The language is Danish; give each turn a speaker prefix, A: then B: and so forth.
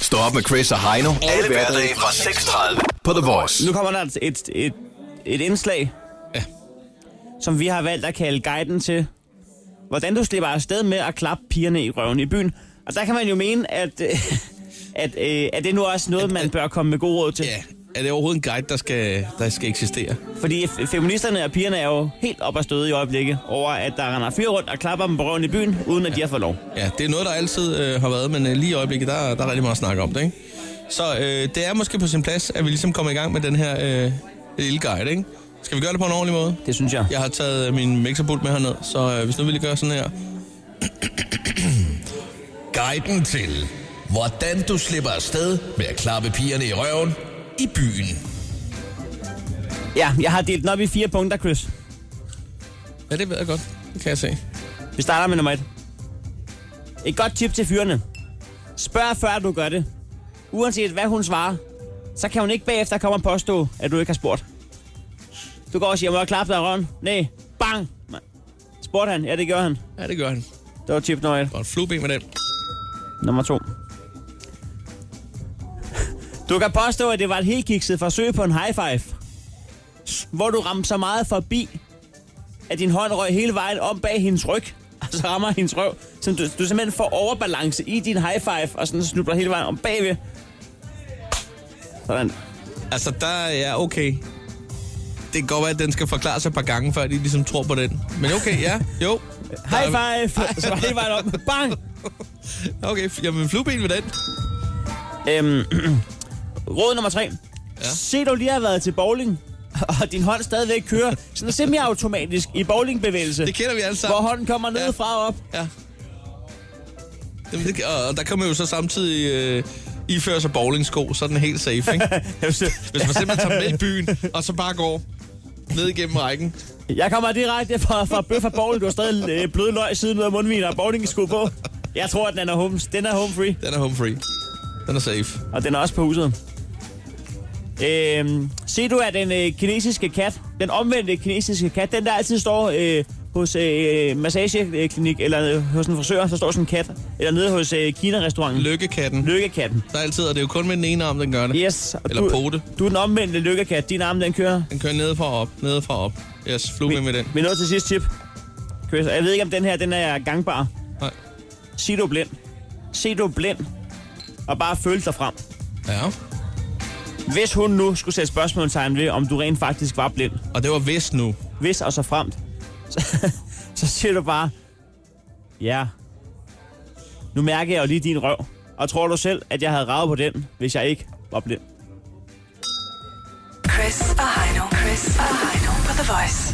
A: Stå op med Chris og Heino. Alle hverdage fra 6.30 på The Voice.
B: Nu kommer der et, et, et, et indslag,
C: Ja.
B: som vi har valgt at kalde guiden til, hvordan du slipper afsted med at klappe pigerne i røven i byen. Og der kan man jo mene, at, øh, at, øh, at det nu også noget, man bør komme med gode råd til.
C: Ja, er det overhovedet en guide, der skal, der skal eksistere?
B: Fordi f- feministerne og pigerne er jo helt op og støde i øjeblikket over, at der render fyre rundt og klapper dem på røven i byen, uden at de har fået lov.
C: Ja, det er noget, der altid øh, har været, men øh, lige i øjeblikket, der, der er rigtig meget at snakke om det, ikke? Så øh, det er måske på sin plads, at vi ligesom kommer i gang med den her øh, lille guide, ikke? Skal vi gøre det på en ordentlig måde?
B: Det synes jeg.
C: Jeg har taget øh, min mixerpult med herned, så øh, hvis nu vil I gøre sådan her.
D: Guiden til, hvordan du slipper afsted med at klappe pigerne i røven i byen.
B: Ja, jeg har delt den op i fire punkter, Chris.
C: Ja, det ved jeg godt. Det kan jeg se.
B: Vi starter med nummer et. Et godt tip til fyrene. Spørg før du gør det. Uanset hvad hun svarer, så kan hun ikke bagefter komme og påstå, at du ikke har spurgt. Du går og siger, må jeg klappe dig i røven? Nej. Bang! Man. Spurgte han? Ja, det gjorde han.
C: Ja, det gør han.
B: Det var tip nummer et.
C: Godt flueben med den.
B: Nummer to. Du kan påstå, at det var et helt kikset forsøg på en high five, hvor du ramte så meget forbi, at din hånd røg hele vejen om bag hendes ryg, og så rammer hendes røv. Så du, du simpelthen får overbalance i din high five, og sådan snubler hele vejen om bagved. Sådan.
C: Altså, der er ja, okay. Det kan godt være, at den skal forklare sig et par gange, før de ligesom tror på den. Men okay, ja, jo.
B: High five! Så var hele vejen om. Bang!
C: Okay, f- jamen flueben med den.
B: Øhm, råd nummer tre. Ja. Se, du lige har været til bowling, og din hånd stadigvæk kører sådan semi-automatisk i bowlingbevægelse.
C: Det kender vi alle sammen.
B: hvor hånden kommer ned
C: Ja.
B: fra og op.
C: Ja. Jamen, det, og og der kan man jo så samtidig øh, iføre sig bowlingsko, så er den helt safe, ikke? Hvis man simpelthen tager med i byen, og så bare går ned igennem rækken.
B: Jeg kommer direkte fra, fra bøf og bowling. Du har stadig øh, bløde løg siden ud af mundvin og bowlingsko på. Jeg tror, at den er, home, den er home free,
C: Den er home free. Den er safe.
B: og den er også på huset. Øhm, se du, at den øh, kinesiske kat, den omvendte kinesiske kat, den der altid står øh, hos øh, massageklinik eller øh, hos en frisør, så står sådan en kat, eller nede hos øh, Kina-restauranten.
C: Lykkekatten.
B: Lykkekatten.
C: Der er altid, og det er jo kun med den ene arm, den gør det.
B: Yes. og
C: Eller
B: du,
C: pote.
B: Du er den omvendte lykkekat. Din arm, den kører.
C: Den kører ned fra op, ned fra op. Yes, flueben med den.
B: Vi er nået til sidste tip. Chris, og jeg ved ikke, om den her den er gangbar.
C: Nej.
B: Sig du er blind. Sig du er blind. Og bare følg dig frem.
C: Ja.
B: Hvis hun nu skulle sætte spørgsmålstegn ved, om du rent faktisk var blind.
C: Og det var vist nu.
B: Hvis og så fremt. Så, så siger du bare, ja, nu mærker jeg jo lige din røv. Og tror du selv, at jeg havde ravet på den, hvis jeg ikke var blind?
E: Chris og Heino. Chris og Heino på The Voice.